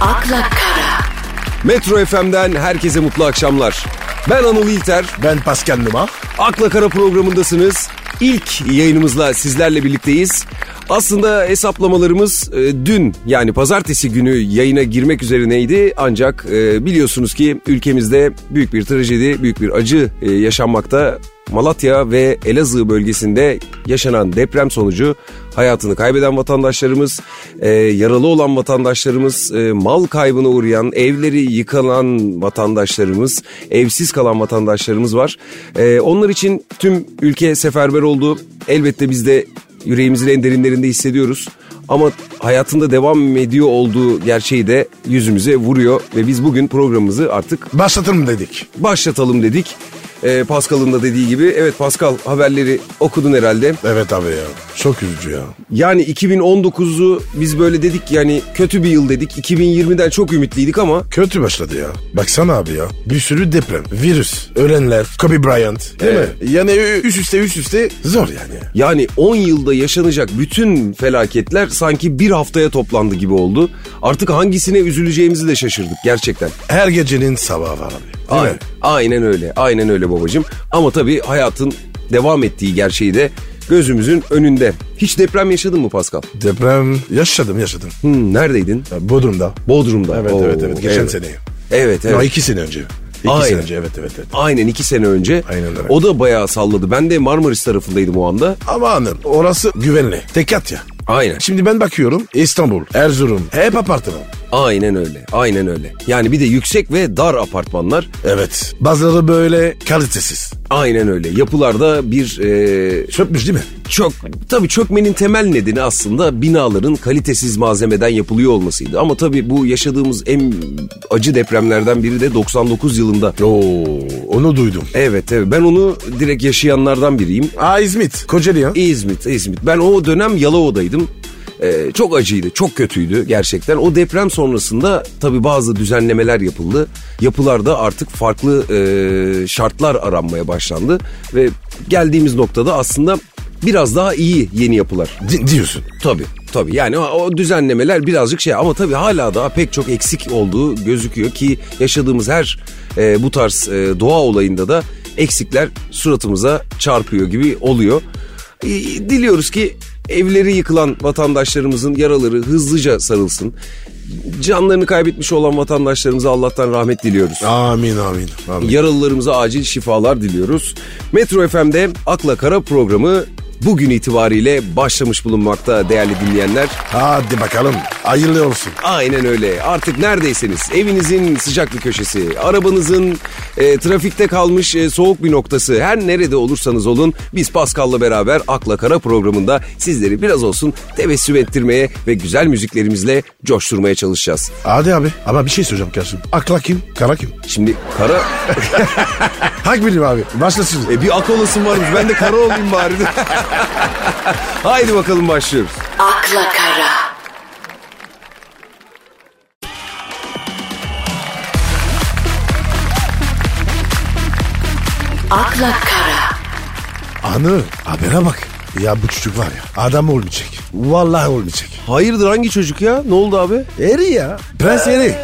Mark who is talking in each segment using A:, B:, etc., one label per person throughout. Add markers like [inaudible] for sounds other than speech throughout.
A: akla kara,
B: Metro FM'den herkese mutlu akşamlar. Ben Anıl İlter.
C: Ben Pascal Numa.
B: Akla Kara programındasınız. İlk yayınımızla sizlerle birlikteyiz. Aslında hesaplamalarımız e, dün yani pazartesi günü yayına girmek üzerineydi. Ancak e, biliyorsunuz ki ülkemizde büyük bir trajedi, büyük bir acı e, yaşanmakta. Malatya ve Elazığ bölgesinde yaşanan deprem sonucu hayatını kaybeden vatandaşlarımız, e, yaralı olan vatandaşlarımız, e, mal kaybına uğrayan, evleri yıkılan vatandaşlarımız, evsiz kalan vatandaşlarımız var. E, onlar için tüm ülke seferber oldu. Elbette biz de yüreğimizin en derinlerinde hissediyoruz. Ama hayatında devam ediyor olduğu gerçeği de yüzümüze vuruyor ve biz bugün programımızı artık
C: Başlatırım dedik.
B: başlatalım dedik. E, Pascal'ın da dediği gibi evet Pascal haberleri okudun herhalde.
C: Evet abi ya. Çok üzücü ya.
B: Yani 2019'u biz böyle dedik yani kötü bir yıl dedik. 2020'den çok ümitliydik ama
C: Kötü başladı ya. Baksana abi ya. Bir sürü deprem, virüs, ölenler, Kobe Bryant. Değil
B: Evet.
C: mi? Yani ü- üst üste üst üste zor yani.
B: e, yani 10 yılda yaşanacak bütün felaketler sanki bir haftaya toplandı gibi oldu. Artık hangisine üzüleceğimizi de şaşırdık gerçekten.
C: Her gecenin sabahı var abi. Değil mi?
B: Aynen, aynen öyle. Aynen öyle babacığım. Ama tabii hayatın devam ettiği gerçeği de gözümüzün önünde. Hiç deprem yaşadın mı Pascal?
C: Deprem yaşadım yaşadım.
B: Hmm, neredeydin?
C: Ya Bodrum'da.
B: Bodrum'da.
C: Evet
B: Oo,
C: evet evet. Geçen
B: evet.
C: sene.
B: Evet evet.
C: Ya iki sene önce. İki
B: Aynen.
C: sene önce evet evet evet.
B: Aynen iki sene önce.
C: Aynen öyle.
B: O da bayağı salladı. Ben de Marmaris tarafındaydım o anda.
C: Ama hanım orası güvenli. Tek kat ya.
B: Aynen.
C: Şimdi ben bakıyorum İstanbul, Erzurum hep apartman.
B: Aynen öyle. Aynen öyle. Yani bir de yüksek ve dar apartmanlar.
C: Evet. Bazıları böyle kalitesiz.
B: Aynen öyle. Yapılarda bir e,
C: Çöpmüş değil mi?
B: çok tabii çökmenin temel nedeni aslında binaların kalitesiz malzemeden yapılıyor olmasıydı. Ama tabii bu yaşadığımız en acı depremlerden biri de 99 yılında.
C: Oo, onu duydum.
B: Evet evet ben onu direkt yaşayanlardan biriyim.
C: Aa İzmit, Kocaeli ya.
B: İzmit, İzmit. Ben o dönem Yalova'daydım. Ee, çok acıydı, çok kötüydü gerçekten. O deprem sonrasında tabii bazı düzenlemeler yapıldı. Yapılarda artık farklı e, şartlar aranmaya başlandı. Ve geldiğimiz noktada aslında biraz daha iyi yeni yapılar.
C: Di- diyorsun.
B: Tabii tabii yani o, o düzenlemeler birazcık şey ama tabii hala daha pek çok eksik olduğu gözüküyor ki yaşadığımız her e, bu tarz e, doğa olayında da eksikler suratımıza çarpıyor gibi oluyor. E, diliyoruz ki evleri yıkılan vatandaşlarımızın yaraları hızlıca sarılsın. Canlarını kaybetmiş olan vatandaşlarımıza Allah'tan rahmet diliyoruz.
C: Amin amin. amin.
B: Yaralılarımıza acil şifalar diliyoruz. Metro FM'de Akla Kara programı bugün itibariyle başlamış bulunmakta değerli dinleyenler.
C: Hadi bakalım. Hayırlı olsun.
B: Aynen öyle. Artık neredeyseniz evinizin sıcak bir köşesi, arabanızın e, trafikte kalmış e, soğuk bir noktası her nerede olursanız olun biz Pascal'la beraber Akla Kara programında sizleri biraz olsun tebessüm ettirmeye ve güzel müziklerimizle coşturmaya çalışacağız.
C: Hadi abi. Ama bir şey söyleyeceğim karşım. Akla kim? Kara kim?
B: Şimdi kara...
C: [laughs] Hak bilim abi. Başlasın.
B: E, bir ak olasın varmış ben de kara olayım bari. [laughs] Haydi bakalım başlıyoruz.
A: akla kara, akla kara,
C: Anı. Habere bak. Ya bu çocuk var ya. Adam olmayacak. Vallahi olmayacak.
B: Hayırdır hangi çocuk ya? Ne oldu abi?
C: Eri ya. Prens Eri.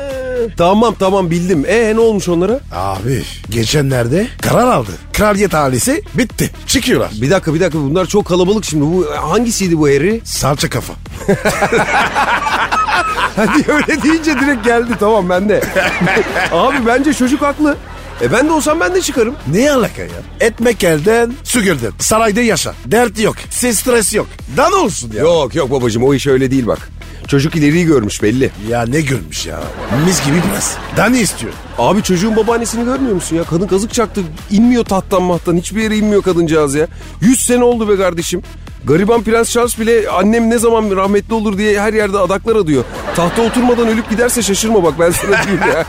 B: Tamam tamam bildim. E ne olmuş onlara?
C: Abi geçenlerde karar aldı. Kraliyet ailesi bitti. Çıkıyorlar.
B: Bir dakika bir dakika bunlar çok kalabalık şimdi. Bu hangisiydi bu eri? [laughs]
C: Salça kafa.
B: Hadi Hani öyle deyince direkt geldi tamam ben de. [laughs] abi bence çocuk haklı. E ben de olsam ben de çıkarım.
C: Ne alaka ya? Ekmek elden, su gölden. Sarayda yaşa. Dert yok. Ses stres yok. Dan olsun ya.
B: Yok yok babacığım o iş öyle değil bak. Çocuk ileriyi görmüş belli.
C: Ya ne görmüş ya. Mis gibi prens. Daha ne istiyor?
B: Abi çocuğun babaannesini görmüyor musun ya? Kadın kazık çaktı. İnmiyor tahttan mahtan. Hiçbir yere inmiyor kadıncağız ya. 100 sene oldu be kardeşim. Gariban Prens Charles bile annem ne zaman rahmetli olur diye her yerde adaklar adıyor. Tahta oturmadan ölüp giderse şaşırma bak ben sana diyeyim ya.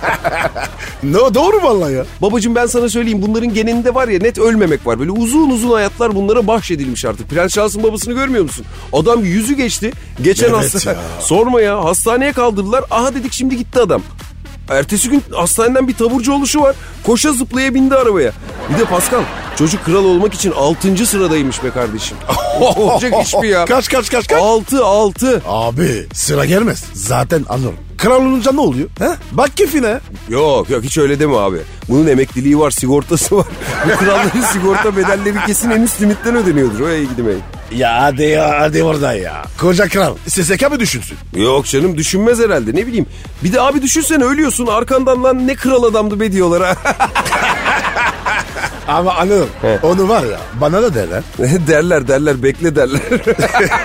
C: No, doğru vallahi ya.
B: Babacım ben sana söyleyeyim bunların geninde var ya net ölmemek var. Böyle uzun uzun hayatlar bunlara bahşedilmiş artık. Prens Charles'ın babasını görmüyor musun? Adam yüzü geçti. Geçen
C: Evet
B: hasta...
C: ya.
B: [laughs] Sorma ya hastaneye kaldırdılar. Aha dedik şimdi gitti adam. Ertesi gün hastaneden bir taburcu oluşu var. Koşa zıplaya bindi arabaya. Bir de Pascal çocuk kral olmak için 6. sıradaymış be
C: [laughs]
B: kardeşim. [laughs] Olacak iş mi ya?
C: Kaç kaç kaç kaç.
B: 6 6.
C: Abi sıra gelmez. Zaten alır. Kral olunca ne oluyor? He? Bak keyfine.
B: Yok yok hiç öyle deme abi. Bunun emekliliği var, sigortası var. Bu kralların sigorta bedelleri kesin en üst limitten ödeniyordur. O ey gidin ey.
C: Ya hadi ya hadi oradan ya. Koca kral. SSK mı düşünsün?
B: Yok canım düşünmez herhalde ne bileyim. Bir de abi düşünsene ölüyorsun arkandan lan ne kral adamdı be diyorlar ha. [laughs]
C: Ama anladım. Onu var ya bana da derler.
B: derler derler bekle derler. [laughs]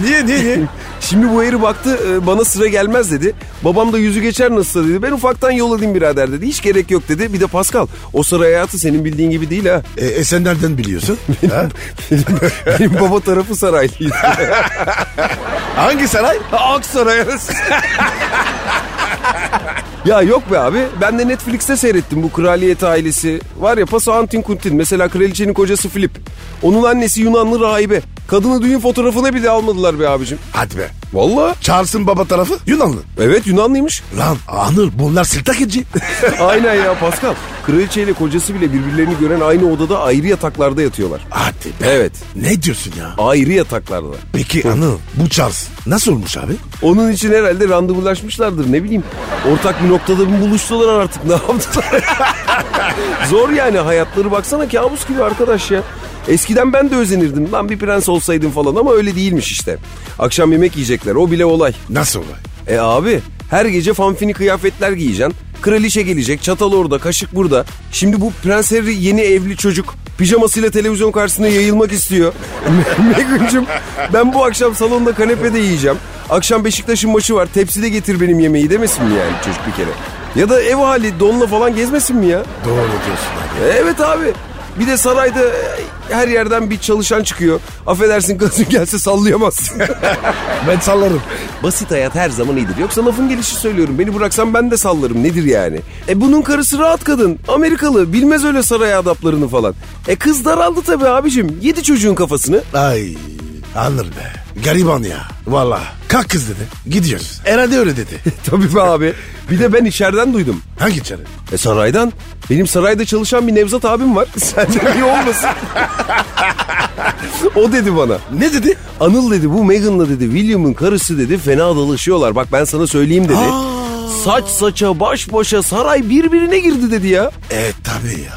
C: Niye niye niye?
B: Şimdi bu eri baktı e, bana sıra gelmez dedi. Babam da yüzü geçer nasıl dedi. Ben ufaktan yolladayım birader dedi. Hiç gerek yok dedi. Bir de Pascal o saray hayatı senin bildiğin gibi değil ha. [laughs]
C: e, e, sen nereden biliyorsun? Ha?
B: Benim, benim baba tarafı saraylıydı.
C: Hangi saray?
B: Aksaray arası. [laughs] Ya yok be abi. Ben de Netflix'te seyrettim bu kraliyet ailesi. Var ya Paso Antin Kuntin. Mesela kraliçenin kocası Filip. Onun annesi Yunanlı rahibe. Kadını düğün fotoğrafına bile almadılar be abicim.
C: Hadi be.
B: Valla?
C: Charles'ın baba tarafı Yunanlı.
B: Evet Yunanlıymış. [laughs]
C: Lan Anıl bunlar sırtakıcı.
B: Aynen ya Pascal. Kraliçeyle kocası bile birbirlerini gören aynı odada ayrı yataklarda yatıyorlar.
C: [laughs] Hadi be.
B: Evet.
C: Ne diyorsun ya?
B: Ayrı yataklarda.
C: Peki Anıl bu Charles nasıl olmuş abi?
B: Onun için herhalde randevulaşmışlardır ne bileyim. Ortak bir noktada mı buluştular artık ne yaptılar? [laughs] Zor yani hayatları baksana kabus gibi arkadaş ya. Eskiden ben de özenirdim lan bir prens olsaydım falan ama öyle değilmiş işte. Akşam yemek yiyecekler o bile olay.
C: Nasıl olay?
B: E abi her gece fanfini kıyafetler giyeceksin. Kraliçe gelecek çatal orada kaşık burada. Şimdi bu Prens Harry yeni evli çocuk. Pijamasıyla televizyon karşısında yayılmak istiyor. [laughs] Megüncüm ben bu akşam salonda kanepede yiyeceğim. Akşam Beşiktaş'ın maçı var tepside getir benim yemeği demesin mi yani çocuk bir kere? Ya da ev hali donla falan gezmesin mi ya?
C: Doğru diyorsun abi.
B: Evet abi. Bir de sarayda her yerden bir çalışan çıkıyor. Affedersin gazın [laughs] gelse [laughs] sallayamazsın.
C: Ben sallarım.
B: Basit hayat her zaman iyidir. Yoksa lafın gelişi söylüyorum. Beni bıraksan ben de sallarım. Nedir yani? E bunun karısı rahat kadın. Amerikalı. Bilmez öyle saray adaplarını falan. E kız daraldı tabii abicim. Yedi çocuğun kafasını.
C: Ay Anıl be. Gariban ya. Valla. Kalk kız dedi. Gidiyoruz. Herhalde öyle [laughs] dedi.
B: [laughs] tabii be abi. Bir de ben içeriden duydum.
C: Hangi içeri?
B: E saraydan. Benim sarayda çalışan bir Nevzat abim var. [laughs] Sence iyi olmasın? o dedi bana.
C: Ne dedi?
B: Anıl dedi bu Meghan'la dedi William'ın karısı dedi fena dalaşıyorlar. Bak ben sana söyleyeyim dedi. Saç saça baş başa saray birbirine girdi dedi ya. [laughs]
C: E tabii ya.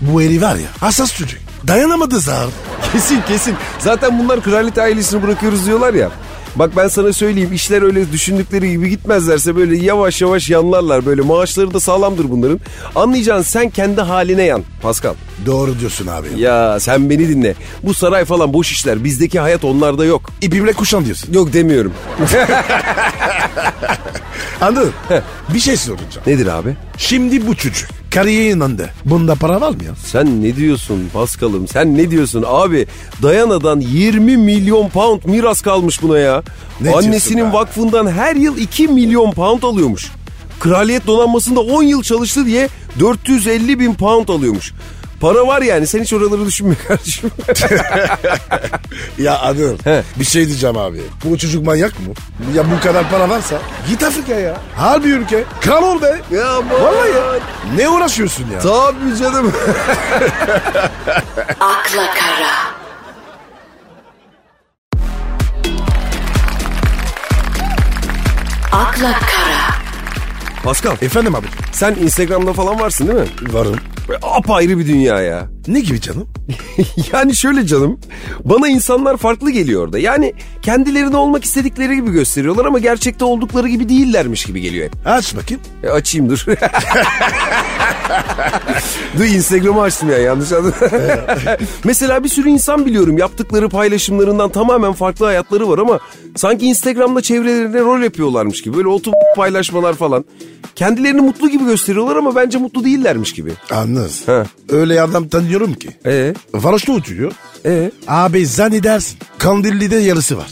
C: Bu eri var ya. Hassas çocuk. Dayanamadı zar.
B: Kesin kesin. Zaten bunlar kraliyet ailesini bırakıyoruz diyorlar ya. Bak ben sana söyleyeyim işler öyle düşündükleri gibi gitmezlerse böyle yavaş yavaş yanlarlar böyle maaşları da sağlamdır bunların. Anlayacaksın sen kendi haline yan Pascal.
C: Doğru diyorsun abi.
B: Ya sen beni dinle. Bu saray falan boş işler bizdeki hayat onlarda yok.
C: İpimle kuşan diyorsun.
B: Yok demiyorum.
C: Anladın? bir şey soracağım.
B: Nedir abi?
C: Şimdi bu çocuk kariyerin önde. Bunda para var mı ya?
B: Sen ne diyorsun Paskal'ım sen ne diyorsun abi Dayana'dan 20 milyon pound miras kalmış buna ya.
C: Ne diyorsun
B: Annesinin
C: be?
B: vakfından her yıl 2 milyon pound alıyormuş. Kraliyet donanmasında 10 yıl çalıştı diye 450 bin pound alıyormuş. Para var yani sen hiç oraları düşünme [laughs] kardeşim.
C: Ya Anıl
B: He.
C: bir şey diyeceğim abi. Bu çocuk manyak mı? Ya bu kadar para varsa git Afrika'ya ya. Harbi ülke. Kral ol be.
B: ya
C: Vallahi ya. Ne uğraşıyorsun ya?
B: Tabii canım.
A: akla kara. Akla kara.
B: Paskal
C: Efendim abi.
B: sen Instagram'da falan varsın değil mi?
C: Varım.
B: Apayrı bir dünya ya.
C: Ne gibi canım?
B: [laughs] yani şöyle canım. Bana insanlar farklı geliyor da. Yani kendilerini olmak istedikleri gibi gösteriyorlar ama gerçekte oldukları gibi değillermiş gibi geliyor hep.
C: Aç bakayım.
B: E, açayım dur. [laughs] dur Instagram'ı açtım ya yanlış anladım. [laughs] Mesela bir sürü insan biliyorum yaptıkları paylaşımlarından tamamen farklı hayatları var ama sanki Instagram'da çevrelerine rol yapıyorlarmış gibi. Böyle oturup paylaşmalar falan. Kendilerini mutlu gibi gösteriyorlar ama bence mutlu değillermiş gibi.
C: Anlıyoruz.
B: He.
C: Öyle adam tanıyorum ki.
B: E
C: Varoşta oturuyor.
B: e
C: Abi zannedersin. Kandilli'de yarısı var.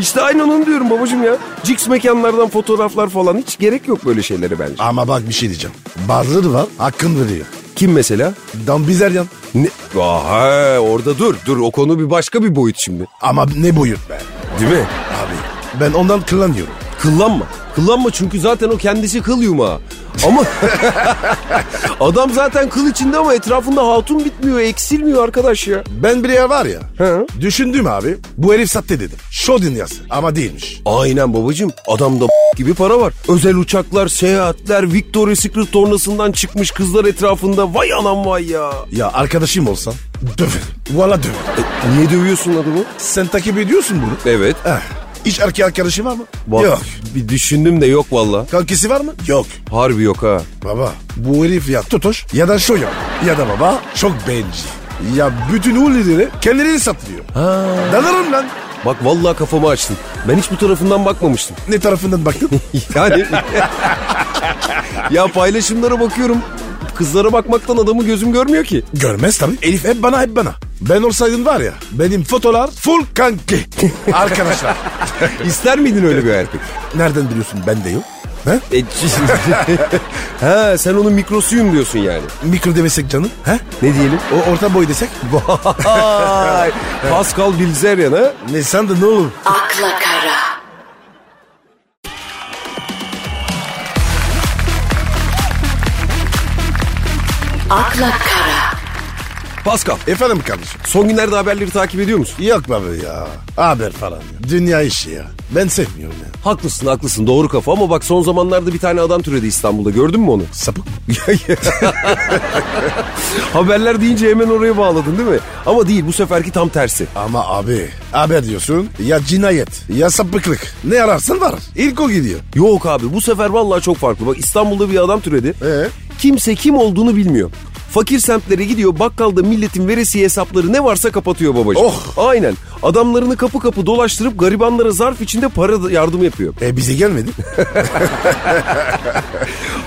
B: İşte aynı onun diyorum babacığım ya. Cix mekanlardan fotoğraflar falan hiç gerek yok böyle şeylere bence.
C: Ama bak bir şey diyeceğim. Bazıları var hakkını veriyor.
B: Kim mesela?
C: Dan Bizeryan.
B: Ne? Aha, orada dur dur o konu bir başka bir boyut şimdi.
C: Ama ne boyut be.
B: Değil mi?
C: Abi ben ondan kıllanıyorum.
B: Kıllanma. Kıllanma çünkü zaten o kendisi kıl yumağı. Ama [laughs] adam zaten kıl içinde ama etrafında hatun bitmiyor, eksilmiyor arkadaş ya.
C: Ben bir yer var ya.
B: Hı.
C: Düşündüm abi. Bu herif sattı dedim. Şo dünyası. Ama değilmiş.
B: Aynen babacım. Adamda [laughs] gibi para var. Özel uçaklar, seyahatler, Victoria's Secret tornasından çıkmış kızlar etrafında. Vay anam vay ya.
C: Ya arkadaşım olsan döverim. Valla döverim.
B: E, niye dövüyorsun adamı?
C: Sen takip ediyorsun bunu.
B: Evet.
C: Heh. Hiç erkek arkadaşı var mı?
B: Bak,
C: Yok.
B: Bir düşündüm de yok valla.
C: Kankisi var mı? Yok.
B: Harbi yok ha.
C: Baba bu herif ya tutuş ya da şu ya. Ya da baba çok bencil. Ya bütün hulileri kendileri satlıyor.
B: Ha.
C: Dalarım lan.
B: Bak vallahi kafamı açtın. Ben hiç bu tarafından bakmamıştım. [laughs]
C: Ne tarafından baktın?
B: Yani ya paylaşımlara bakıyorum. Kızlara bakmaktan adamı gözüm görmüyor ki.
C: Görmez tabii. Elif hep bana hep bana. Ben olsaydım var ya benim fotolar full
B: [laughs]
C: kanki. Arkadaşlar.
B: İster miydin öyle bir erkek?
C: Nereden biliyorsun ben de yok. He?
B: E, [laughs] c- ha sen onun mikrosuyum diyorsun yani.
C: Mikro demesek canım. He?
B: Ne diyelim?
C: O orta boy desek.
B: [laughs] Vay! Pascal Bilzerian ha?
C: ne sandın oğlum?
A: akla kara, akla kara,
B: Pascal,
C: Efendim kardeşim.
B: son günlerde haberleri takip ediyor musun?
C: Yok baba ya. Haber falan. Ya. Dünya işi ya. Ben sevmiyorum ya.
B: Haklısın haklısın doğru kafa ama bak son zamanlarda bir tane adam türedi İstanbul'da gördün mü onu?
C: Sapık mı?
B: [laughs] Haberler deyince hemen oraya bağladın değil mi? Ama değil bu seferki tam tersi.
C: Ama abi haber diyorsun ya cinayet ya sapıklık ne ararsın var. İlk o gidiyor.
B: Yok abi bu sefer vallahi çok farklı. Bak İstanbul'da bir adam türedi.
C: Ee?
B: Kimse kim olduğunu bilmiyor. Fakir semtlere gidiyor bakkalda milletin veresiye hesapları ne varsa kapatıyor babacığım.
C: Oh!
B: Aynen. Adamlarını kapı kapı dolaştırıp garibanlara zarf içinde para da- yardım yapıyor.
C: E bize gelmedi.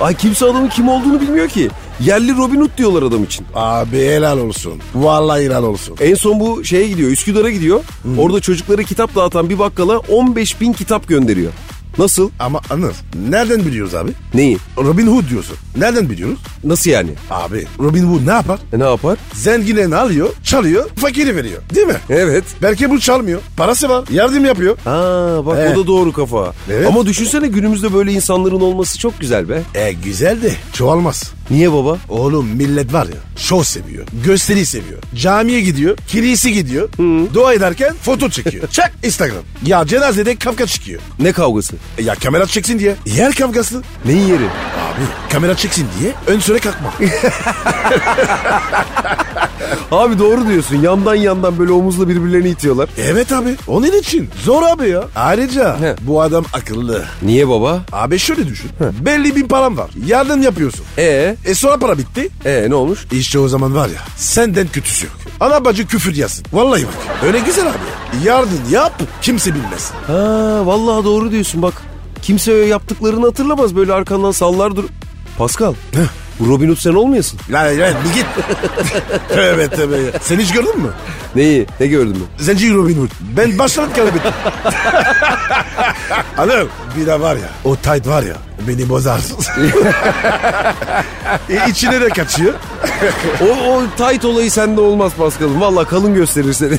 B: Ay kimse adamın kim olduğunu bilmiyor ki. Yerli Robin Hood diyorlar adam için.
C: abi helal olsun. Vallahi helal olsun. E,
B: En son bu şeye gidiyor Üsküdar'a gidiyor. Orada çocuklara kitap dağıtan bir bakkala 15 bin kitap gönderiyor. Nasıl?
C: Ama Anıl nereden biliyoruz abi?
B: Neyi?
C: Robin Hood diyorsun. Nereden biliyoruz?
B: Nasıl yani?
C: Abi Robin Hood ne yapar?
B: E, ne yapar?
C: Zenginlerini alıyor, çalıyor, fakiri veriyor. Değil mi? E,
B: Evet.
C: Belki bu çalmıyor. Parası var. Yardım yapıyor.
B: Ha bak
C: Evet.
B: o da doğru kafa.
C: Evet.
B: Ama düşünsene günümüzde böyle insanların olması çok güzel be.
C: E güzel de çoğalmaz.
B: Niye baba?
C: Oğlum millet var ya şov seviyor, gösteri seviyor. Camiye gidiyor, kilisi gidiyor. Dua ederken foto
B: [laughs]
C: çekiyor. Çek Instagram. Ya cenazede kavga çıkıyor.
B: Ne kavgası?
C: E Ya kamera çeksin diye. Yer kavgası.
B: Neyin yeri?
C: Abi kamera çeksin diye ön süre
B: [laughs]
C: kalkma.
B: Abi doğru diyorsun. Yandan yandan böyle omuzla birbirlerini itiyorlar.
C: evet abi onun için. Zor abi ya. Ayrıca
B: He.
C: bu adam akıllı.
B: Niye baba?
C: Abi şöyle düşün. Belli bir param var. Yardım yapıyorsun.
B: E
C: E sonra para bitti.
B: e ne olmuş?
C: İşte o zaman var ya senden kötüsü yok. Ana bacı küfür yazsın. Vallahi bak öyle güzel abi. Yardım yap kimse bilmez.
B: Ha vallahi doğru diyorsun bak. Kimse yaptıklarını hatırlamaz böyle arkandan sallar dur. Pascal. Bu Robin Hood sen olmayasın.
C: Lan lan [laughs] bir git. tövbe tövbe. ya. Sen hiç gördün mü?
B: Neyi? Ne gördün mü?
C: Zenci Robin Hood. Ben başlarım [laughs] kaybettim. Anıl bir de var ya o tayt var ya beni [laughs] bozar. e, içine de kaçıyor.
B: O, [laughs] o tight olayı sende olmaz Pascal'ım. Vallahi kalın gösterir [laughs] seni.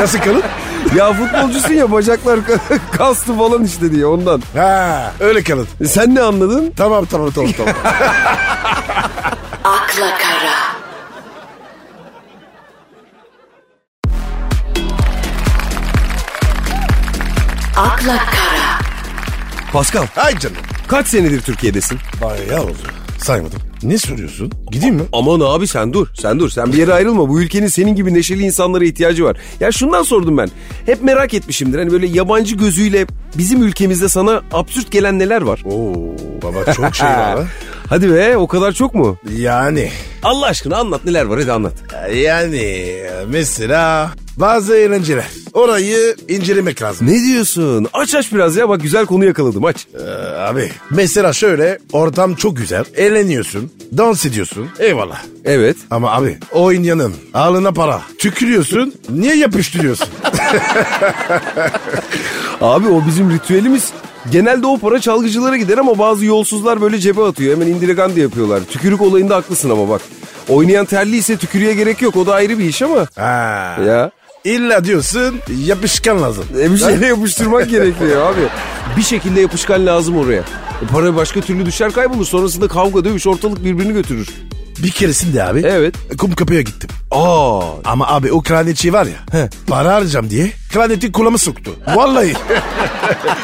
C: Nasıl kalın?
B: [laughs] ya futbolcusun ya bacaklar [laughs] kastı falan işte diye ondan. E,
C: Ha, öyle kalın.
B: Sen ne anladın?
C: Tamam tamam tamam tamam.
A: akla kara, akla kara,
B: Pascal
C: Ay canım.
B: [laughs] kaç senedir Türkiye'desin?
C: Bayağı oldu. Saymadım. Ne soruyorsun? Gideyim mi?
B: Aman abi sen dur sen dur sen bir yere ayrılma bu ülkenin senin gibi neşeli insanlara ihtiyacı var. Ya şundan sordum ben hep merak etmişimdir hani böyle yabancı gözüyle bizim ülkemizde sana absürt gelen neler var?
C: Oo baba çok şey var ha.
B: Hadi be o kadar çok mu?
C: [laughs] Yani
B: Allah aşkına anlat neler var hadi anlat.
C: yani mesela bazı eğlenceler. Orayı incelemek lazım.
B: Ne diyorsun? Aç aç biraz ya bak güzel konu yakaladım aç.
C: Ee, abi mesela şöyle ortam çok güzel. Eğleniyorsun, dans ediyorsun. Eyvallah.
B: Evet.
C: Ama abi oynayanın ağlına para. Tükürüyorsun. Niye yapıştırıyorsun?
B: Abi o bizim ritüelimiz. Genelde o para çalgıcılara gider ama bazı yolsuzlar böyle cebe atıyor. Hemen indirigan diye yapıyorlar. Tükürük olayında haklısın ama bak. Oynayan terli ise tükürüğe gerek yok. O da ayrı bir iş ama.
C: ha.
B: Ya.
C: İlla diyorsun yapışkan lazım.
B: E, bir şeyle yapıştırmak gerekiyor abi. Bir şekilde yapışkan lazım oraya. E, Para başka türlü düşer kaybolur. Sonrasında kavga dövüş ortalık birbirini götürür.
C: Bir keresinde abi
B: Evet.
C: E, kum kapıya gittim.
B: Aa
C: Ama abi o kranetçi var ya para harcam diye kraneti kulağıma soktu.
B: [laughs]
C: Vallahi.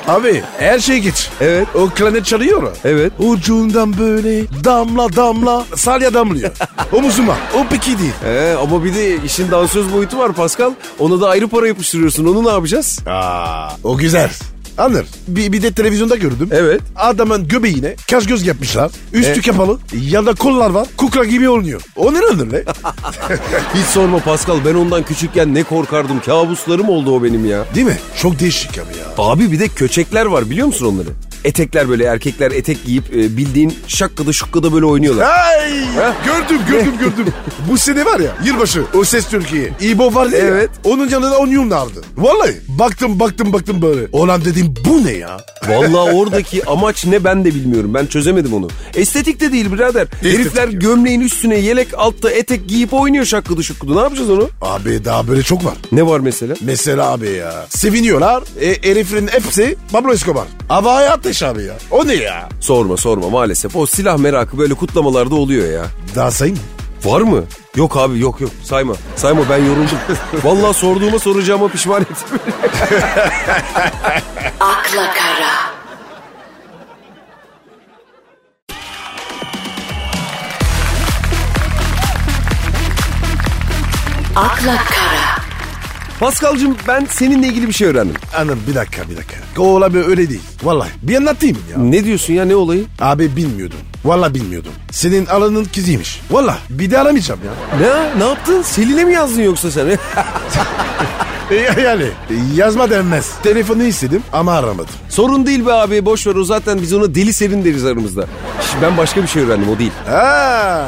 C: abi her şey geç.
B: Evet.
C: O kranet çalıyor.
B: Evet.
C: Ucundan böyle damla damla salya
B: [laughs]
C: damlıyor. Omuzuma. O peki değil.
B: Ee, ama bir de işin dansöz boyutu var Pascal. Ona da ayrı para yapıştırıyorsun. Onu ne yapacağız?
C: Aa, o güzel. Anır. Bir, bir de televizyonda gördüm.
B: Evet. E.
C: Adamın göbeğine kaş göz yapmışlar. Üstü
B: Evet.
C: kapalı. Yanında kollar var. Kukla gibi oynuyor. O neredir
B: [laughs]
C: be?
B: Hiç sorma Pascal ben ondan küçükken ne korkardım. Kabuslarım oldu o benim ya.
C: Değil mi? Çok değişik abi ya.
B: Abi bir de köçekler var biliyor musun onları? Etekler böyle erkekler etek giyip e, bildiğin şakkıda şukkada böyle
C: [laughs]
B: oynuyorlar.
C: Ay! Gördüm gördüm gördüm. Bu sene var ya yılbaşı o ses Türkiye. İbo var ya.
B: Evet.
C: Onun yanında onion vardı. Vallahi baktım baktım baktım böyle. Olan dedim bu ne ya?
B: Vallahi oradaki amaç ne ben de bilmiyorum. Ben çözemedim onu. Estetik de değil birader. Herifler
C: yok.
B: gömleğin üstüne yelek altta etek giyip oynuyor şakkıda şukkıda. Ne yapacağız onu?
C: Abi daha böyle çok var.
B: Ne var mesela?
C: Mesela abi ya. Seviniyorlar. E, heriflerin hepsi Pablo Escobar. Havaya ateş abi ya. O ne ya?
B: Sorma sorma maalesef. O silah merakı böyle kutlamalarda oluyor ya.
C: Daha sayayım mı?
B: Var mı? Yok abi yok yok sayma. Sayma ben yoruldum. Vallahi sorduğuma soracağıma pişman ettim.
A: akla kara. Akla kara.
B: Paskal'cığım ben seninle ilgili bir şey öğrendim.
C: Anam bir dakika bir dakika. O olay böyle öyle değil. Vallahi bir anlatayım ya.
B: Ne diyorsun ya ne olayı?
C: Abi bilmiyordum. Vallahi bilmiyordum. Senin alanın kızıymış. Vallahi bir de aramayacağım ya.
B: Ne? Ne yaptın? Selin'e mi yazdın yoksa sen? [laughs]
C: E, yani e, yazma denmez. Telefonu istedim ama aramadım.
B: Sorun değil be abi boş ver o zaten biz ona deli serin deriz aramızda. Şimdi ben başka bir şey öğrendim o değil.
C: Ha,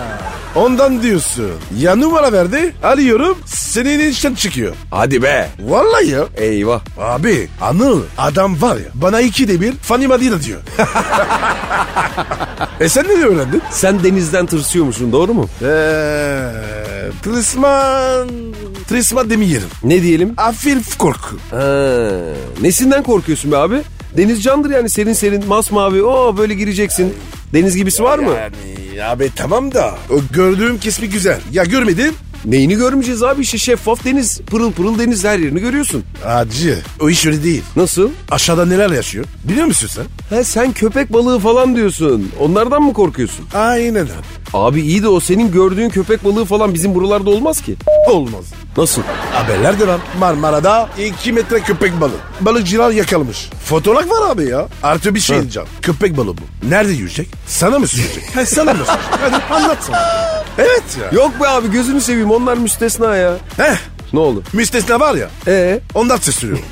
C: ondan diyorsun. Ya numara verdi arıyorum senin işten çıkıyor.
B: Hadi be.
C: Vallahi ya.
B: Eyvah.
C: Abi Anıl adam var ya bana iki de bir Fanny Madina diyor. [laughs] e sen ne öğrendin?
B: Sen denizden tırsıyormuşsun doğru mu?
C: Eee... Trisman... Trisman demeyelim.
B: Ne diyelim?
C: Hafif korku.
B: Ha, nesinden korkuyorsun be abi? Deniz candır yani serin serin masmavi. Oo böyle gireceksin. Deniz gibisi var mı?
C: Yani abi tamam da o gördüğüm kesmi güzel. Ya görmedin?
B: Neyini görmeyeceğiz abi işte şeffaf deniz. Pırıl pırıl deniz her yerini görüyorsun.
C: Acı. O iş öyle değil.
B: Nasıl?
C: Aşağıda neler yaşıyor biliyor musun sen?
B: Ha, sen köpek balığı falan diyorsun. Onlardan mı korkuyorsun?
C: Aynen abi.
B: Abi iyi de o senin gördüğün köpek balığı falan bizim buralarda olmaz ki.
C: Olmaz.
B: Nasıl?
C: Haberler de var. Marmara'da 2 metre köpek balığı. Balıkçılar yakalamış. Fotoğraf var abi ya. Artı bir şey diyeceğim. Köpek balığı bu. Nerede yiyecek? Sana mı sürecek? [laughs] ha, sana mı sürecek? Hadi anlatsana. Evet ya.
B: Yok be abi gözünü seveyim onlar müstesna ya.
C: Heh.
B: Ne oldu?
C: Müstesna var ya.
B: Ee,
C: Ondan ses [laughs] sürüyorum.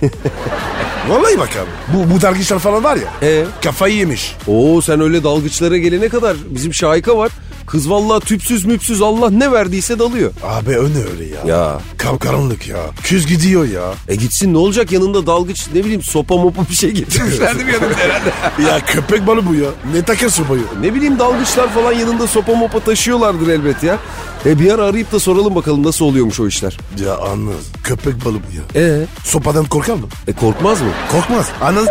C: Vallahi bak abi. Bu, bu dergişler falan var ya.
B: Ee?
C: Kafayı yemiş.
B: Oo sen öyle dalgıçlara gelene kadar bizim şahika var. Kız vallahi tüpsüz müpsüz Allah ne verdiyse dalıyor.
C: Abi o ne öyle ya?
B: Ya.
C: Kapkaranlık ya. Küz gidiyor ya.
B: E gitsin ne olacak yanında dalgıç ne bileyim sopa mopa bir şey [laughs] getirmişlerdi bir yanında herhalde.
C: ya köpek balı bu ya. Ne takır sobayı?
B: Ne bileyim dalgıçlar falan yanında sopa mopa taşıyorlardır elbet ya. E bir ara arayıp da soralım bakalım nasıl oluyormuş o işler.
C: Ya anlaz. Köpek balı bu ya.
B: E,
C: Sopadan korkar mı?
B: e korkmaz mı?
C: Korkmaz. Anladın?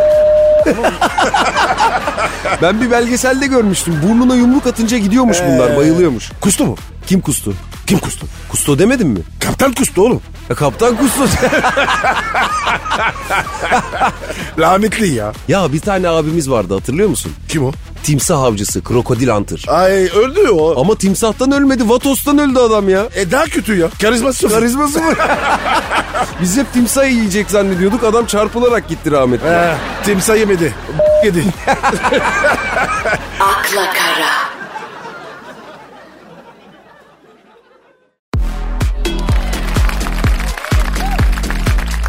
B: Ben bir belgeselde görmüştüm. Burnuna yumruk atınca gidiyormuş bunlar bayılıyormuş.
C: Kustu mu?
B: Kim kustu?
C: Kim kustu?
B: Kusto demedin mi?
C: Kaptan kustu oğlum.
B: E, kaptan kustu. [laughs]
C: Rahmetli ya.
B: Ya bir tane abimiz vardı hatırlıyor musun?
C: Kim o?
B: Timsah avcısı, krokodil antır.
C: Ay öldü o.
B: Ama timsahtan ölmedi, vatostan öldü adam ya.
C: E daha kötü ya. Karizması yok.
B: Karizması mı? [laughs] Biz hep timsah yiyecek zannediyorduk. Adam çarpılarak gitti rahmetli.
C: He, E, timsah yemedi. yedi.
A: Akla kara.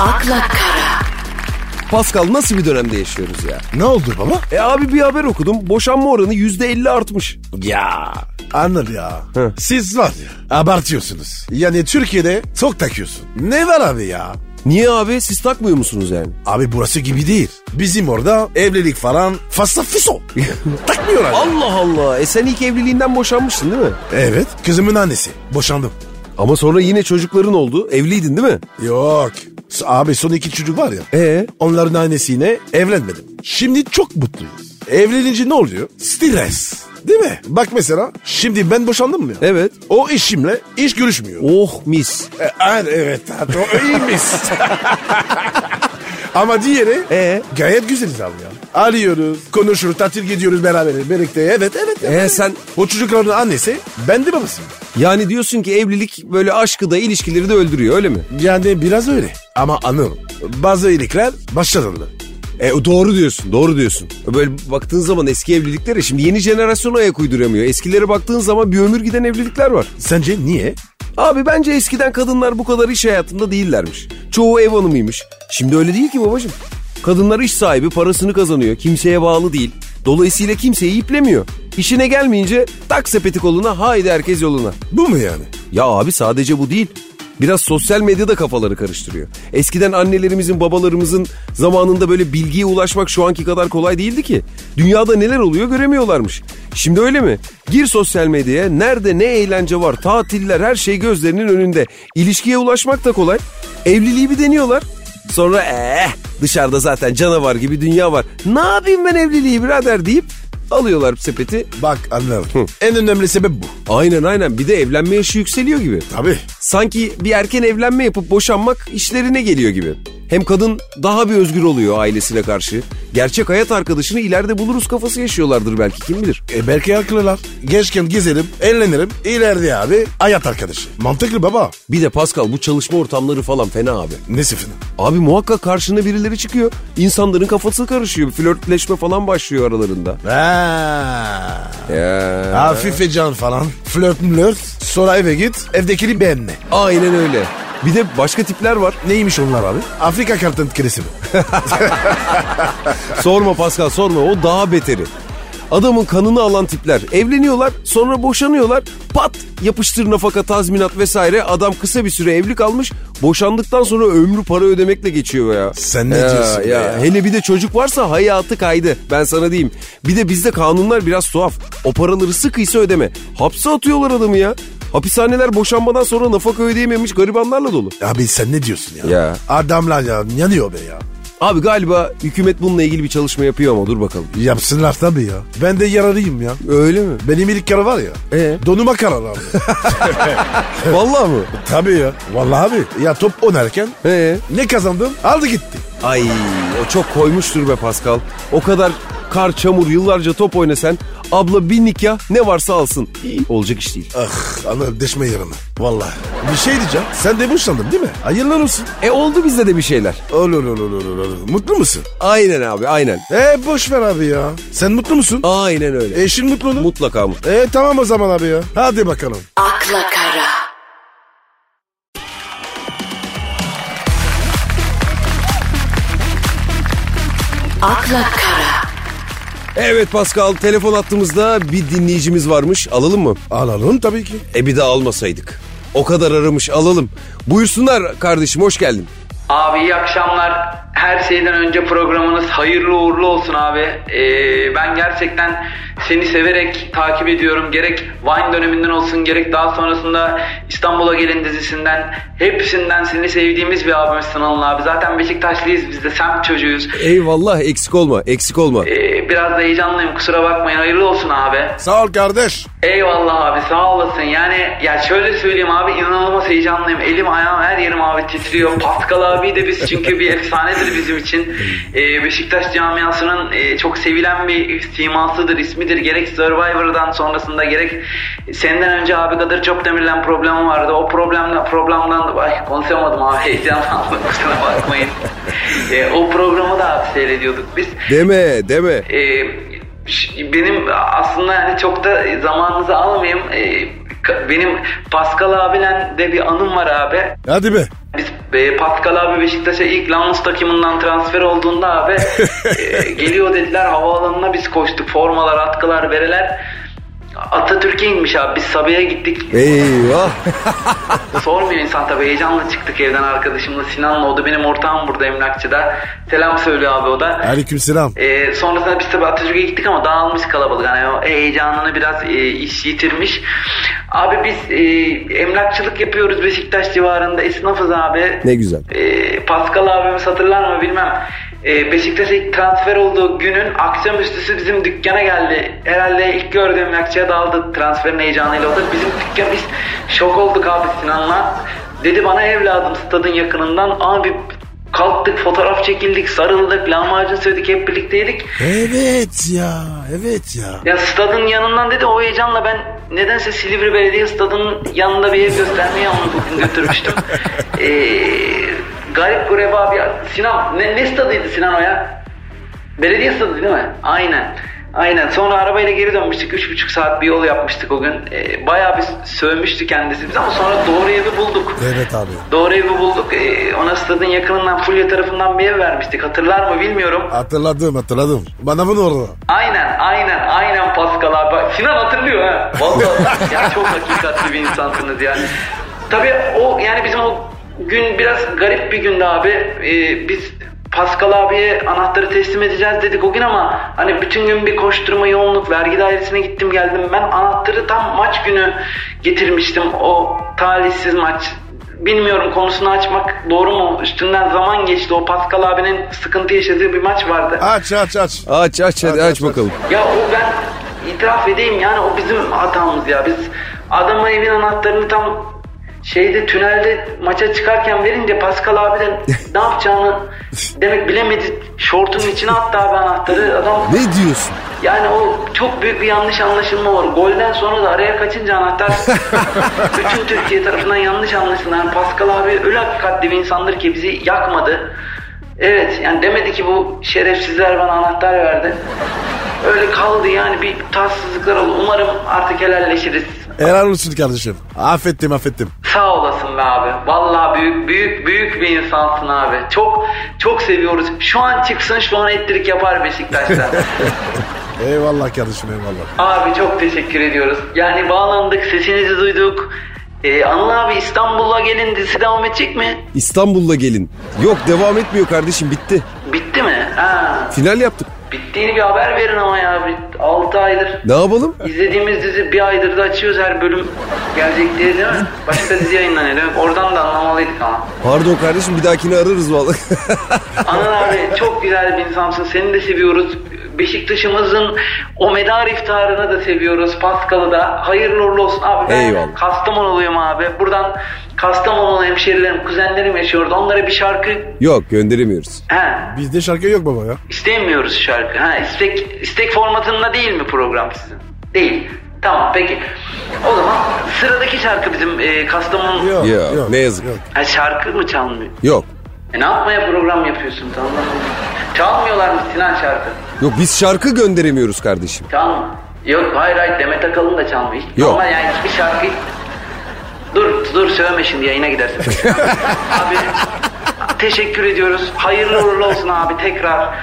A: Akla kara.
B: Pascal nasıl bir dönemde yaşıyoruz ya?
C: [laughs] ne oldu baba?
B: E abi bir haber okudum. Boşanma oranı %50 artmış.
C: Ya. Anır ya.
B: Hı.
C: Siz var ya. Abartıyorsunuz. Yani Türkiye'de çok takıyorsun. Ne var abi ya?
B: Niye abi? Siz takmıyor musunuz yani?
C: Abi burası gibi değil. Bizim orada evlilik falan fasa [laughs] fiso. Takmıyorlar. ya.
B: Allah Allah. E sen ilk evliliğinden boşanmıştın değil mi?
C: Evet. Kızımın annesi. Boşandım.
B: Ama sonra yine çocukların oldu. Evliydin değil mi?
C: Yok. Abi son iki çocuk var ya.
B: Ee?
C: Onların annesiyle evlenmedim. Şimdi çok mutluyuz. Evlenince ne oluyor? Stres. Değil mi? Bak mesela şimdi ben boşandım mı ya?
B: Evet.
C: O eşimle iş görüşmüyor.
B: Oh mis.
C: E, er- evet. Hadi, o iyiymiş. [laughs] Ama diğeri
B: Ee?
C: gayet güzeliz abi ya. Arıyoruz, konuşuyoruz, tatil gidiyoruz beraber birlikte. Evet, evet. evet.
B: Ee sen
C: O çocukların annesi, ben de babasıyım.
B: yani diyorsun ki evlilik böyle aşkı da ilişkileri de öldürüyor öyle mi?
C: Yani biraz öyle. Ama anıl. Bazı iyilikler başarılı.
B: E o doğru diyorsun, doğru diyorsun. Böyle baktığın zaman eski evliliklere şimdi yeni jenerasyona ayak uyduramıyor. Eskilere baktığın zaman bir ömür giden evlilikler var.
C: Sence niye?
B: Abi bence eskiden kadınlar bu kadar iş hayatında değillermiş. Çoğu ev hanımıymış. Şimdi öyle değil ki babacığım. Kadınlar iş sahibi parasını kazanıyor. Kimseye bağlı değil. Dolayısıyla kimseyi iplemiyor. İşine gelmeyince tak sepeti koluna haydi herkes yoluna.
C: Bu mu yani?
B: Ya abi sadece bu değil. Biraz sosyal medyada kafaları karıştırıyor. Eskiden annelerimizin, babalarımızın zamanında böyle bilgiye ulaşmak şu anki kadar kolay değildi ki. Dünyada neler oluyor göremiyorlarmış. Şimdi öyle mi? Gir sosyal medyaya, nerede ne eğlence var, tatiller, her şey gözlerinin önünde. İlişkiye ulaşmak da kolay. Evliliği bir deniyorlar. Sonra eh dışarıda zaten canavar gibi dünya var. Ne yapayım ben evliliği birader deyip alıyorlar sepeti.
C: Bak anıl. en önemli sebep bu.
B: Aynen aynen bir de evlenme yaşı yükseliyor gibi.
C: Tabii.
B: Sanki bir erken evlenme yapıp boşanmak işlerine geliyor gibi. Hem kadın daha bir özgür oluyor ailesine karşı. Gerçek hayat arkadaşını ileride buluruz kafası yaşıyorlardır belki kim bilir.
C: E belki haklılar. Gençken gezelim, eğlenirim. İleride abi hayat arkadaşı. Mantıklı baba.
B: Bir de Pascal bu çalışma ortamları falan fena abi.
C: Ne sıfırı?
B: Abi muhakkak karşına birileri çıkıyor. İnsanların kafası karışıyor. Flörtleşme falan başlıyor aralarında.
C: Ha.
B: Ya.
C: Hafif ve can falan. Flört mlört. Sonra eve git. Evdekini beğenme.
B: Aynen öyle. Bir de başka tipler var.
C: Neymiş onlar abi? Afrika kartın kiresi mi?
B: Sorma Pascal sorma o daha beteri. Adamın kanını alan tipler evleniyorlar sonra boşanıyorlar pat yapıştır nafaka tazminat vesaire adam kısa bir süre evli kalmış boşandıktan sonra ömrü para ödemekle geçiyor ya.
C: Sen ne
B: Ya,
C: diyorsun be
B: ya.
C: ya?
B: Hele bir de çocuk varsa hayatı kaydı ben sana diyeyim. Bir de bizde kanunlar biraz tuhaf o paraları sıkıysa ödeme hapse atıyorlar adamı ya. Hapishaneler boşanmadan sonra nafaka ödeyememiş garibanlarla dolu.
C: Abi sen ne diyorsun ya?
B: Ya.
C: Adamlar ya yanıyor be ya.
B: Abi galiba hükümet bununla ilgili bir çalışma yapıyor ama dur bakalım.
C: Yapsınlar tabii ya. Ben de yararıyım ya.
B: Öyle mi?
C: Benim ilk karı var ya.
B: Ee?
C: Donuma karar abi.
B: Vallahi mı?
C: [laughs] tabii ya. Vallahi abi. Ya top oynarken
B: Ee?
C: ne kazandım? Aldı gitti.
B: Ay o çok koymuştur be Pascal. O kadar kar çamur yıllarca top oynasan abla bir nikah ne varsa alsın. İyi, Olacak iş değil.
C: Ah anam deşme yarını. Vallahi. Bir şey diyeceğim. Sen de boşandın değil mi? Hayırlar olsun.
B: E oldu bizde de bir şeyler.
C: Olur olur olur olur. Mutlu musun?
B: Aynen abi aynen.
C: E boş ver abi ya. Sen mutlu musun? E,
B: Aynen öyle. E,
C: Eşin mutlu mu?
B: Mutlaka mutlu.
C: E tamam o zaman abi ya. Hadi bakalım.
A: akla kara, akla kara,
B: Evet Pascal telefon attığımızda bir dinleyicimiz varmış alalım mı?
C: Alalım tabii ki.
B: E bir de almasaydık. O kadar aramış alalım. Buyursunlar kardeşim hoş geldin.
D: Abi iyi akşamlar. Her şeyden önce programınız hayırlı uğurlu olsun abi. Ee, ben gerçekten seni severek takip ediyorum. Gerek Vine döneminden olsun gerek daha sonrasında İstanbul'a Gelin dizisinden hepsinden seni sevdiğimiz bir abimizsin Anıl abi. Zaten Beşiktaşlıyız biz de semt çocuğuyuz.
B: Eyvallah eksik olma eksik olma.
D: Ee, biraz da heyecanlıyım kusura bakmayın. Hayırlı olsun abi.
C: Sağ ol kardeş.
D: Eyvallah abi sağ olasın. Yani ya şöyle söyleyeyim abi inanılmaz heyecanlıyım. Elim ayağım her yerim abi titriyor. Pascal abi de biz çünkü bir efsanedir bizim için. Ee, Beşiktaş camiasının e, çok sevilen bir simasıdır, ismidir. Gerek Survivor'dan sonrasında gerek senden önce abi Kadir Çopdemir'le problemi vardı. O problemle problemden ay konuşamadım abi heyecanlandım kusura bakmayın. Ee, o programı da abi seyrediyorduk biz.
B: Deme deme.
D: Ee, ş- benim aslında yani çok da zamanınızı almayayım. Ee, ka- benim Pascal abiyle de bir anım var abi.
C: Hadi be.
D: Biz e, Pascal abi Beşiktaş'a ilk Lanus takımından transfer olduğunda abi e, geliyor dediler havaalanına biz koştuk. Formalar, atkılar vereler. Atatürk'e inmiş abi biz Sabiha'ya gittik.
B: Eyvah.
D: Sormuyor insan tabii heyecanla çıktık evden arkadaşımla Sinan'la o da benim ortağım burada emlakçıda. Selam söylüyor abi o da.
C: Aleykümselam.
D: Ee, sonrasında biz tabii Atatürk'e gittik ama dağılmış kalabalık. Yani o heyecanını biraz e, iş yitirmiş. Abi biz e, emlakçılık yapıyoruz Beşiktaş civarında esnafız abi.
B: Ne güzel.
D: E, Pascal abimiz hatırlar mı bilmem. E, Beşiktaş'a ilk transfer olduğu günün akşamüstüsü bizim dükkana geldi. Herhalde ilk gördüğüm emlakçıya daldı transferin heyecanıyla. O da bizim dükkan biz şok olduk abi Sinan'la. Dedi bana evladım stadın yakınından abi kalktık fotoğraf çekildik sarıldık lahmacun söyledik hep birlikteydik.
C: Evet ya. Evet ya.
D: Ya stadın yanından dedi o heyecanla ben nedense Silivri Belediye Stadının yanında bir ev göstermeye onu bugün götürmüştüm. ee, garip Gureba abi ya. Sinan ne, ne stadıydı Sinan o ya? Belediye stadı değil mi? Aynen. Aynen. Sonra arabayla geri dönmüştük. Üç buçuk saat bir yol yapmıştık o gün. Ee, bayağı bir sövmüştü kendisi biz ama sonra doğru evi bulduk.
C: Evet abi.
D: Doğru evi bulduk. Ee, ona stadın yakınından Fulya tarafından bir ev vermiştik. Hatırlar mı bilmiyorum.
C: Hatırladım hatırladım. Bana bunu orada.
D: Aynen aynen aynen Pascal abi. Sinan hatırlıyor ha. Vallahi ya çok hakikatli bir insansınız yani. Tabii o yani bizim o gün biraz garip bir gündü abi. Ee, biz Pascal abiye anahtarı teslim edeceğiz dedik o gün ama hani bütün gün bir koşturma yoğunluk vergi dairesine gittim geldim. Ben anahtarı tam maç günü getirmiştim o talihsiz maç. Bilmiyorum konusunu açmak doğru mu? Üstünden zaman geçti. O Pascal abinin sıkıntı yaşadığı bir maç vardı.
C: Aç aç aç.
B: Aç aç hadi aç bakalım.
D: Ya o ben itiraf edeyim yani o bizim hatamız ya. Biz adama evin anahtarını tam şeyde tünelde maça çıkarken verince Pascal abiden ne yapacağını demek bilemedi. Şortunun içine attı abi anahtarı. Adam
C: Ne diyorsun?
D: yani o çok büyük bir yanlış anlaşılma var. Golden sonra da araya kaçınca anahtar bütün Türkiye tarafından yanlış anlaşıldı. Yani Pascal abi öyle hakikatli bir insandır ki bizi yakmadı. Evet yani demedi ki bu şerefsizler bana anahtar verdi. Öyle kaldı yani bir tatsızlıklar oldu. Umarım artık helalleşiriz.
C: Helal olsun kardeşim. Affettim affettim.
D: Sağ olasın be abi. Vallahi büyük büyük büyük bir insansın abi. Çok çok seviyoruz. Şu an çıksın şu an ettirik yapar Beşiktaş'ta.
C: Eyvallah kardeşim eyvallah.
D: Abi çok teşekkür ediyoruz. Yani bağlandık, sesinizi duyduk. Ee, Anıl abi İstanbul'a gelin dizisi devam edecek mi?
B: İstanbul'la gelin. Yok devam etmiyor kardeşim bitti.
D: Bitti mi? Ha,
B: Final yaptık.
D: bittiğini bir haber verin ama ya. 6 aydır.
B: Ne yapalım?
D: İzlediğimiz dizi bir aydır da açıyoruz her bölüm gelecek diye değil mi? Başka dizi yayınlanıyor değil mi? Oradan da anlamalıydık ama.
B: Pardon kardeşim bir dahakini ararız vallahi. [laughs]
D: Anıl abi çok güzel bir insansın. Seni de seviyoruz. Beşiktaş'ımızın o medar iftarını da seviyoruz. Paskal'ı da. Hayırlı uğurlu olsun abi. Ben
B: Eyvallah.
D: Kastamonuluyum abi. Buradan Kastamonulu hemşerilerim, kuzenlerim yaşıyordu. Onlara bir şarkı
B: Yok gönderemiyoruz.
D: he,
C: Bizde şarkı yok baba ya.
D: istemiyoruz şarkı. Ha, istek, istek formatında değil mi program sizin? Değil. Tamam peki. O zaman sıradaki şarkı bizim e, Kastamonu...
C: Yok,
B: Yok, ne yazık.
C: Yok.
D: Ha, şarkı mı çalmıyor?
B: Yok.
D: E, ne yapmaya program yapıyorsun? Tamam. Çalmıyorlar mı Sinan şarkı?
B: Yok biz şarkı gönderemiyoruz kardeşim.
D: Çalma. Yok hayır hayır Demet Akalın da çalmıyor.
B: Yok.
D: Ama yani hiçbir şarkı... Dur dur söyleme şimdi yayına gidersin.
C: [laughs]
D: abi teşekkür ediyoruz. Hayırlı uğurlu olsun abi tekrar.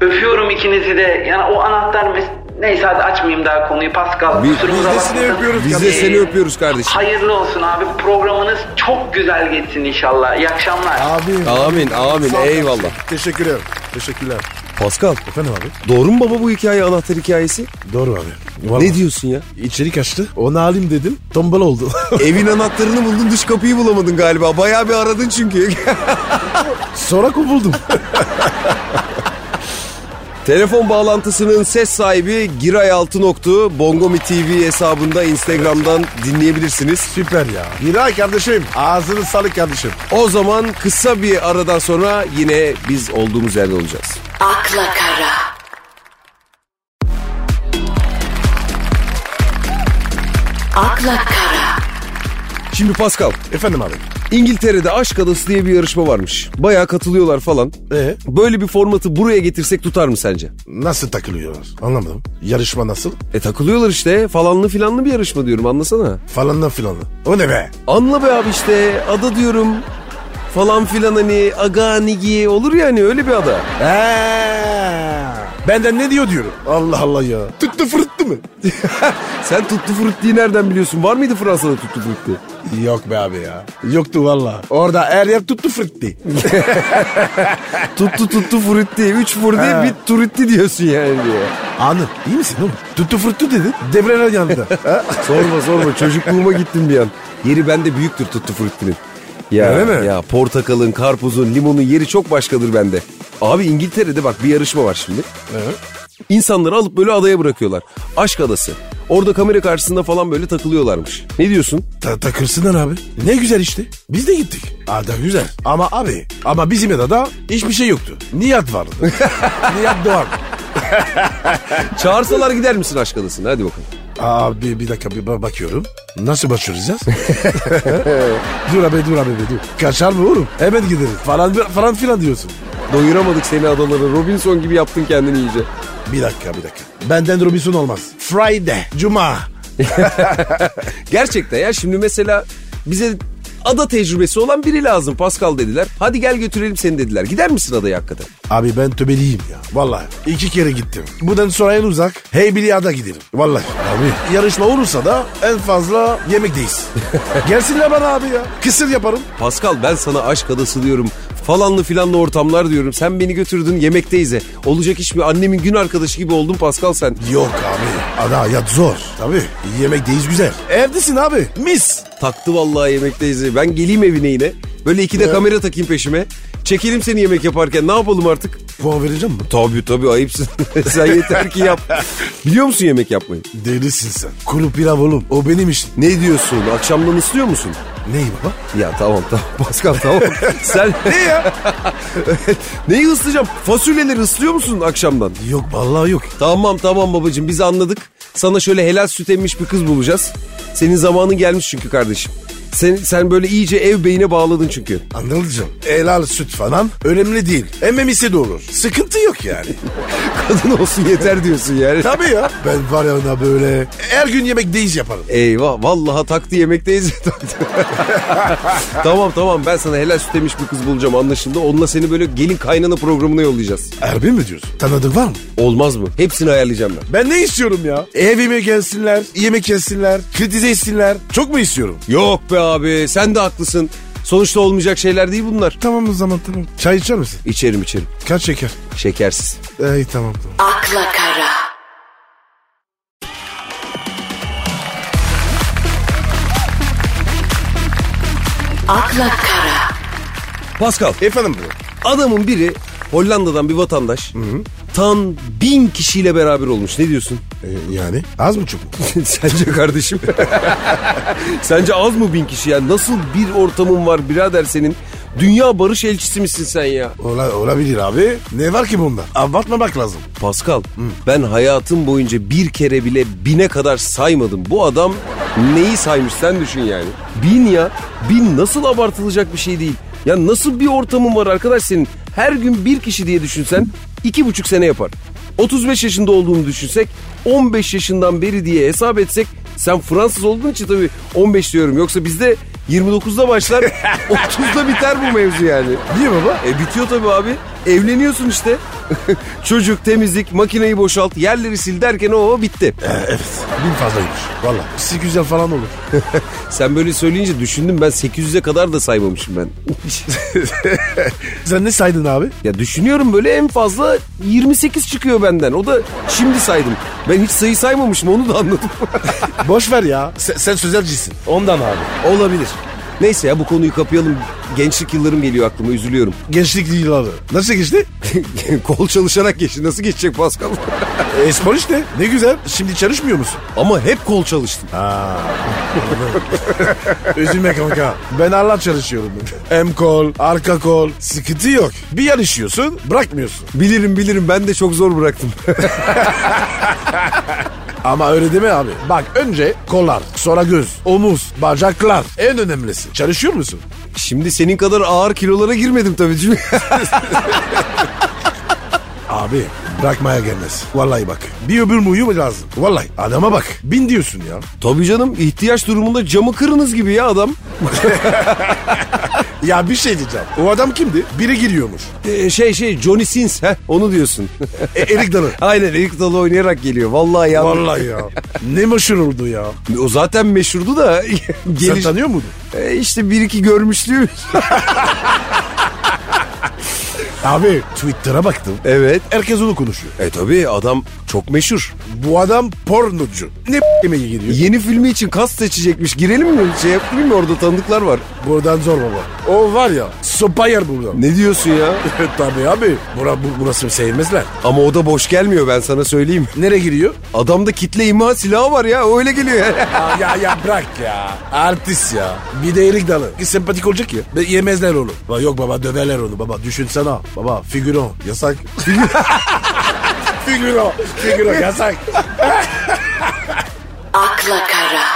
D: Öpüyorum ikinizi de. Yani o anahtar mes- Neyse hadi açmayayım daha konuyu Pascal.
B: Biz-
D: kusurumuza
C: biz de seni
D: bakmasın.
C: öpüyoruz
B: Biz de seni öpüyoruz kardeşim.
D: Hayırlı olsun abi. Programınız çok güzel geçsin inşallah. İyi akşamlar.
C: Abi.
B: Amin amin
C: Sağ ol
B: eyvallah.
C: kardeşim. Teşekkürler. Teşekkürler.
B: Pascal
C: Efendim abi.
B: doğru mu baba bu hikaye anahtar hikayesi?
C: Doğru abi.
B: Ne diyorsun ya?
C: İçeri kaçtı. Onu alayım dedim. Tombala oldu. [laughs]
B: Evin anahtarını buldun dış kapıyı bulamadın galiba. Bayağı bir aradın çünkü. [laughs]
C: Sonra kovuldum.
B: Telefon bağlantısının ses sahibi Giray Altınoktu. Bongomi TV hesabında Instagram'dan dinleyebilirsiniz.
C: [laughs] Süper ya. Giray kardeşim. Ağzını salık kardeşim.
B: O zaman kısa bir aradan sonra yine biz olduğumuz yerde olacağız.
A: akla kara, akla kara,
B: Şimdi Pascal,
C: Efendim abi.
B: İngiltere'de Aşk Adası diye bir yarışma varmış. Bayağı katılıyorlar falan.
C: Ee?
B: Böyle bir formatı buraya getirsek tutar mı sence?
C: Nasıl takılıyorlar? Anlamadım. Yarışma nasıl?
B: E takılıyorlar işte. Falanlı filanlı bir yarışma diyorum anlasana.
C: Falanla filanla. O ne be?
B: Anla be abi işte. Ada diyorum. Falan filan hani aga nigi olur ya hani öyle bir ada.
C: Eee. Benden ne diyor diyorum. Allah Allah ya. Tuttu fırıttı mi?
B: [laughs] Sen tuttu fruttiyi nereden biliyorsun? Var mıydı Fransa'da tuttu frutti?
C: [laughs] Yok be abi ya. Yoktu valla. Orada her yer tuttu fritti.
B: tuttu tuttu frutti. Üç frutti
C: Ha.
B: bir turutti diyorsun yani diye.
C: Anı iyi misin oğlum? Tuttu fritti dedi. Devreler [laughs] yanında. Ha?
B: Sorma sorma çocukluğuma gittim bir an. Yeri bende büyüktür tuttu fruttinin. Ya,
C: Öyle mi?
B: Ya portakalın, karpuzun, limonun yeri çok başkadır bende. Abi İngiltere'de bak bir yarışma var şimdi.
C: Evet.
B: İnsanları alıp böyle adaya bırakıyorlar. Aşk adası. Orada kamera karşısında falan böyle takılıyorlarmış. Ne diyorsun?
C: Ta takırsınlar abi. Ne güzel işte. Biz de gittik. Ada güzel. Ama abi ama bizim adada hiçbir şey yoktu. Nihat vardı. [laughs] Nihat Doğan.
B: Çağırsalar gider misin aşk adasına? Hadi bakalım.
C: Abi bir dakika bir ba- bakıyorum. Nasıl [laughs] başaracağız? dur abi dur abi dur. Kaçar mı oğlum? Hemen gideriz falan falan filan diyorsun.
B: Doyuramadık seni adalara. Robinson gibi yaptın kendini iyice.
C: Bir dakika bir dakika. Benden Robinson olmaz. Friday. Cuma.
B: [laughs] Gerçekten ya şimdi mesela bize ada tecrübesi olan biri lazım Pascal dediler. Hadi gel götürelim seni dediler. Gider misin adaya hakikaten?
C: Abi ben töbeliyim ya. Vallahi iki kere gittim. Buradan sonra en uzak Heybeliada gidelim. Vallahi. Abi. Yarışma olursa da en fazla [laughs] yemekteyiz. Gelsinler bana abi ya. Kısır yaparım.
B: Pascal ben sana aşk adası diyorum. Falanlı filanlı ortamlar diyorum. Sen beni götürdün yemekteyse. Olacak iş mi? Annemin gün arkadaşı gibi oldun Pascal sen.
C: Yok abi. Ana hayat zor. Tabii. Yemekteyiz güzel. Evdesin abi. Mis.
B: Taktı vallahi yemekteyse. Ben geleyim evine yine. Böyle iki de kamera takayım peşime. Çekelim seni yemek yaparken ne yapalım artık?
C: Puan vereceğim mi?
B: Tabii tabii ayıpsın. [laughs] sen yeter ki [laughs] yap. Biliyor musun yemek yapmayı?
C: Delisin sen. Kuru pilav oğlum. O benim işim.
B: Ne diyorsun? Akşamdan ısınıyor musun?
C: Neyi baba?
B: Ya tamam tamam [laughs] Pascal tamam. Sen [laughs]
C: Ne ya?
B: neyi ıslayacağım? Fasulyeleri ıslıyor musun akşamdan?
C: [laughs] yok vallahi yok.
B: Tamam tamam babacığım biz anladık. Sana şöyle helal süt emmiş bir kız bulacağız. Senin zamanın gelmiş çünkü kardeşim. Sen, sen böyle iyice ev beyine bağladın çünkü. [laughs]
C: Anılcım helal süt falan önemli değil. Emmemisi de olur. Sıkıntı yok [laughs] yani.
B: Kadın olsun yeter diyorsun yani.
C: Tabii ya. Ben var ya ona böyle her gün yemekteyiz yaparım.
B: Eyvah vallahi taktı yemekteyiz. [laughs] Taktı. tamam tamam ben sana helal süt emmiş bir kız bulacağım anlaşıldı. Onunla seni böyle gelin kaynana programına yollayacağız.
C: Erbi mi diyorsun? Tanıdık var mı?
B: Olmaz mı? Hepsini ayarlayacağım ben.
C: Ben ne istiyorum ya? Evime gelsinler, yemek yesinler, kritize etsinler. Çok mu istiyorum?
B: Yok be abi sen de haklısın. Sonuçta olmayacak şeyler değil bunlar.
C: Tamam o zaman tamam. Çay içer misin?
B: İçerim içerim.
C: Kaç şeker?
B: Şekersiz.
C: Ey E, tamam tamam.
A: akla kara, akla kara,
B: Pascal
C: Efendim bro.
B: adamın biri Hollanda'dan bir vatandaş. Tam bin kişiyle beraber olmuş. Ne diyorsun? [laughs]
C: Ee, yani az mı çok mu?
B: Sence kardeşim? [laughs] Sence az mı bin kişi ya? Nasıl bir ortamın var birader senin? Dünya barış elçisi misin sen ya?
C: Ola, olabilir abi. Ne var ki bunda? Abartmamak lazım.
B: Pascal ben hayatım boyunca bir kere bile bine kadar saymadım. Bu adam neyi saymış sen düşün yani. Bin ya bin nasıl abartılacak bir şey değil. Ya nasıl bir ortamın var arkadaş senin. Her gün bir kişi diye düşünsen iki buçuk sene yapar. 35 yaşında olduğunu düşünsek 15 yaşından beri diye hesap etsek sen Fransız olduğun için tabii 15 diyorum. Yoksa bizde
C: [laughs]
B: 29'da başlar 30'da biter bu mevzu yani.
C: Niye baba?
B: E bitiyor tabii abi. Evleniyorsun işte. [laughs] Çocuk, temizlik, makineyi boşalt, yerleri sil derken o bitti.
C: evet. Bin fazlaymış. Valla. 800 falan olur.
B: Sen böyle söyleyince düşündüm ben 800'e kadar da saymamışım
C: [laughs]
B: ben.
C: Sen ne saydın abi?
B: ya düşünüyorum böyle en fazla 28 çıkıyor benden. O da şimdi saydım. Ben hiç sayı saymamışım onu
C: [laughs]
B: da anladım.
C: Boş ver ya. Sen, sen sözelcisin. Ondan abi.
B: Olabilir. Neyse ya bu konuyu kapayalım. Gençlik yıllarım geliyor aklıma üzülüyorum. [laughs]
C: Gençlik yılları. Nasıl [laughs] geçti?
B: Kol çalışarak geçti. Nasıl geçecek Pascal?
C: Espor E, işte. Ne güzel. Şimdi çalışmıyor musun?
B: Ama hep kol çalıştım.
C: Üzülme kanka. Ben Allah çalışıyorum. Hem kol, arka kol. Sıkıntı yok. Bir yarışıyorsun, bırakmıyorsun.
B: Bilirim bilirim ben de çok zor bıraktım. [laughs]
C: Ama öyle deme abi. Bak önce kollar, sonra göz, omuz, bacaklar. En önemlisi. Çalışıyor musun?
B: Şimdi senin kadar ağır kilolara girmedim tabii. Çünkü [laughs]
C: Abi bırakmaya gelmez. Vallahi bak. Bir öbür muyu lazım. Vallahi adama bak. Bin diyorsun ya.
B: Tabii canım ihtiyaç durumunda camı kırınız gibi ya adam.
C: Ya bir şey diyeceğim. O adam kimdi? Biri giriyormuş.
B: Ee, şey şey Johnny Sins heh, onu diyorsun.
C: E, Erik Dalı.
B: [laughs] Aynen Eric Dalı oynayarak geliyor. Vallahi ya.
C: Vallahi ya. Ne meşhur oldu ya.
B: O zaten meşhurdu da. [laughs]
C: Sen
B: geliş...
C: tanıyor muydun?
B: Ee, işte bir iki görmüşlüğü. [laughs]
C: Abi Twitter'a baktım.
B: evet.
C: Herkes onu konuşuyor.
B: E tabi adam çok meşhur.
C: Bu adam pornocu. Ne yemeği giriyor?
B: Yeni filmi için kas seçecekmiş. Girelim mi? Şey yapayım mı? Orada tanıdıklar var.
C: Buradan zor baba. O var ya sopa yer buradan. [laughs]
B: Ne diyorsun ya?
C: Tabii abi. Bura, bu, burası sevmezler.
B: Ama o da boş gelmiyor ben sana söyleyeyim.
C: Nereye giriyor?
B: Adamda kitle imha silahı var ya öyle geliyor. [laughs]
C: ya, ya ya bırak ya. Artist ya. Bir de erik dalı. Bir sempatik olacak ya. Ve Yemezler onu. Ba- Yok baba döverler onu baba. Düşünsene. Baba figüron. Yasak. [laughs] figüron. Figüron yasak.
A: akla kara.